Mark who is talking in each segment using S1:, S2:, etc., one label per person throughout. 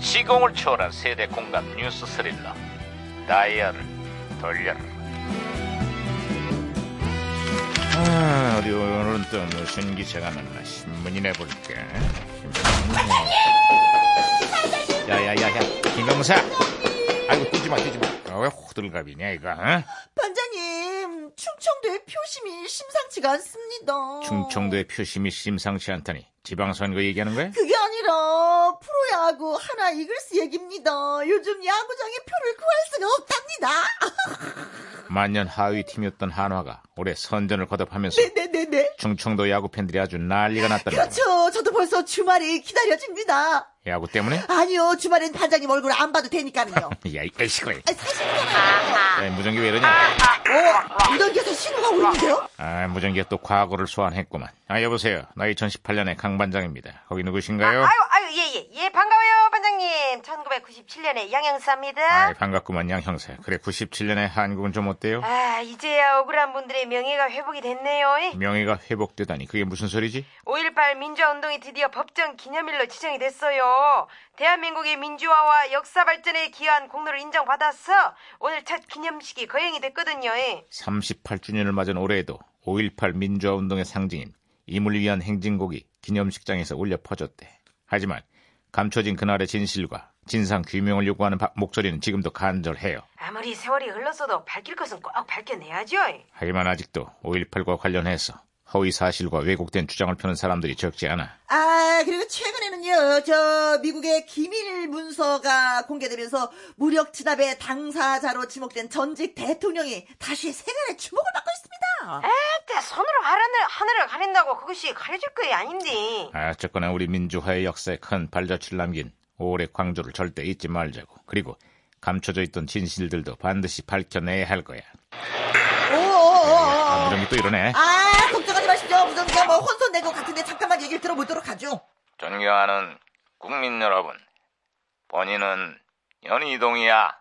S1: 시공을 초월한 세대 공감 뉴스 스릴러 다이아를 돌려라 아, 어디 오늘은 또 무슨 기사가 났나 신문이나 볼까 사장님 야야야야 김영사 아이고 뛰지마 뛰지마 왜 호들갑이냐 이거 어?
S2: 반장님, 충청도의 표심이 심상치가 않습니다.
S1: 충청도의 표심이 심상치 않다니 지방선거 얘기하는 거야?
S2: 그게 아니라 프로야구 하나 이글스 얘기입니다. 요즘 야구장에 표를 구할 수가 없답니다. 아,
S1: 만년 하위 팀이었던 한화가 올해 선전을 거듭하면서
S2: 네네네네.
S1: 충청도 야구 팬들이 아주 난리가 났다는 거야.
S2: 그렇죠. 저도 벌써 주말이 기다려집니다.
S1: 야구 때문에?
S2: 아니요, 주말엔 반장님 얼굴 안 봐도 되니까요.
S1: 야, 이 시끄러.
S2: 아, 사실이잖아.
S1: 야, 이 무전기 왜 이러냐?
S2: 어, 이런 데서 신호가 오는데요?
S1: 아, 무전기가 또 과거를 소환했구만. 아, 여보세요. 나 2018년의 강 반장입니다. 거기 누구신가요?
S3: 아유, 아유, 예, 예, 예, 반가워요, 반장님. 1997년에
S1: 아,
S3: 양양사입니다.
S1: 반갑구만, 양 형사. 그래, 97년의 한국은 좀 어때요?
S3: 아, 이제야 억울한 분들의 명예가 회복이 됐네요.
S1: 명예가 회복되다니 그게 무슨 소리지?
S3: 5.18 민주화운동이 드디어 법정 기념일로 지정이 됐어요. 대한민국의 민주화와 역사 발전에 기여한 공로를 인정받아서 오늘 첫 기념식이 거행이 됐거든요.
S1: 38주년을 맞은 올해에도 5.18 민주화운동의 상징인 임을 위한 행진곡이 기념식장에서 울려 퍼졌대. 하지만 감춰진 그날의 진실과 진상 규명을 요구하는 바- 목소리는 지금도 간절해요.
S3: 아무리 세월이 흘렀어도 밝힐 것은 꼭 밝혀내야죠.
S1: 하지만 아직도 5.18과 관련해서 허위 사실과 왜곡된 주장을 펴는 사람들이 적지 않아.
S2: 아, 그리고 최근에는요, 저, 미국의 기밀 문서가 공개되면서 무력 진압의 당사자로 지목된 전직 대통령이 다시 세간의 주목을 받고 있습니다.
S3: 그때 손으로 하늘을, 하늘을 가린다고 그것이 가려질 거이 아닌데.
S1: 아, 어쨌거나 우리 민주화의 역사에 큰 발자취를 남긴 5월의 광주를 절대 잊지 말자고. 그리고 감춰져 있던 진실들도 반드시 밝혀내야 할 거야.
S2: 오오오오.
S1: 아, 무정이 또 이러네.
S2: 아, 걱정하지 마십시오. 무전기가 뭐 혼선된 것 같은데 잠깐만 얘기를 들어보도록 하죠.
S1: 존경하는 국민 여러분, 본인은 연희동이야.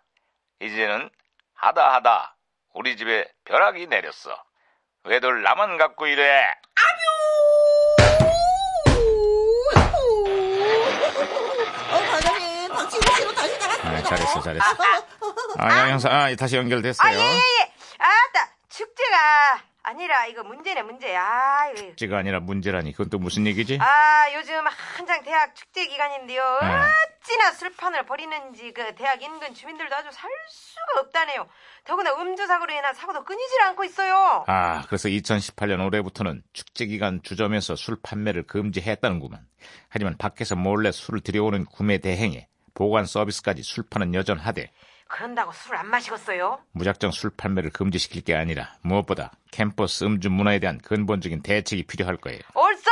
S1: 이제는 하다 하다 우리 집에 벼락이 내렸어. 왜들 나만 갖고 이래?
S2: 어, 과장님, 박지훈 씨로 다시
S1: 아,
S2: 나갔습니다.
S1: 잘했어, 잘했어. 아, 양 형사, 아, 다시 연결됐어요.
S3: 아, 예, 예, 예. 아따, 축제가 아니라 이거 문제네, 문제. 아, 이거.
S1: 가 아니라 문제라니. 그건 또 무슨 얘기지?
S3: 아, 요즘 한창 대학 축제 기간인데요.
S1: 네.
S3: 어찌나 술판을 벌이는지 그 대학 인근 주민들도 아주 살 수가 없다네요. 더구나 음주사고로 인한 사고도 끊이질 않고 있어요.
S1: 아, 그래서 2018년 올해부터는 축제기간 주점에서 술 판매를 금지했다는구만. 하지만 밖에서 몰래 술을 들여오는 구매 대행에 보관 서비스까지 술판은 여전하되
S3: 그런다고 술 안 마시겠어요?
S1: 무작정 술 판매를 금지시킬 게 아니라 무엇보다 캠퍼스 음주 문화에 대한 근본적인 대책이 필요할 거예요.
S3: 올쏘!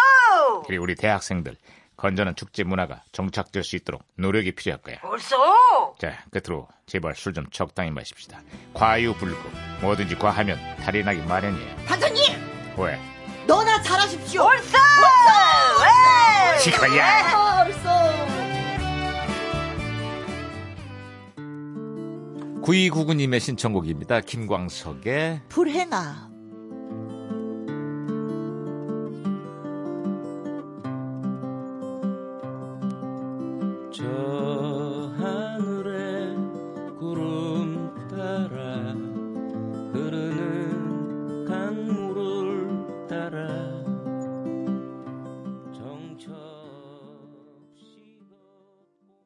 S1: 그리고 우리 대학생들 건전한 축제 문화가 정착될 수 있도록 노력이 필요할 거야.
S3: 올쏘!
S1: 자, 끝으로 제발 술 좀 적당히 마십시다. 과유불급 뭐든지 과하면 탈이 나기 마련이에요.
S2: 반장님,
S1: 왜?
S2: 너나 잘하십시오.
S3: 올쏘! 에이!
S1: 지거야.
S2: 아, 벌써.
S1: 9299님의 신청곡입니다. 김광석의
S2: 불행아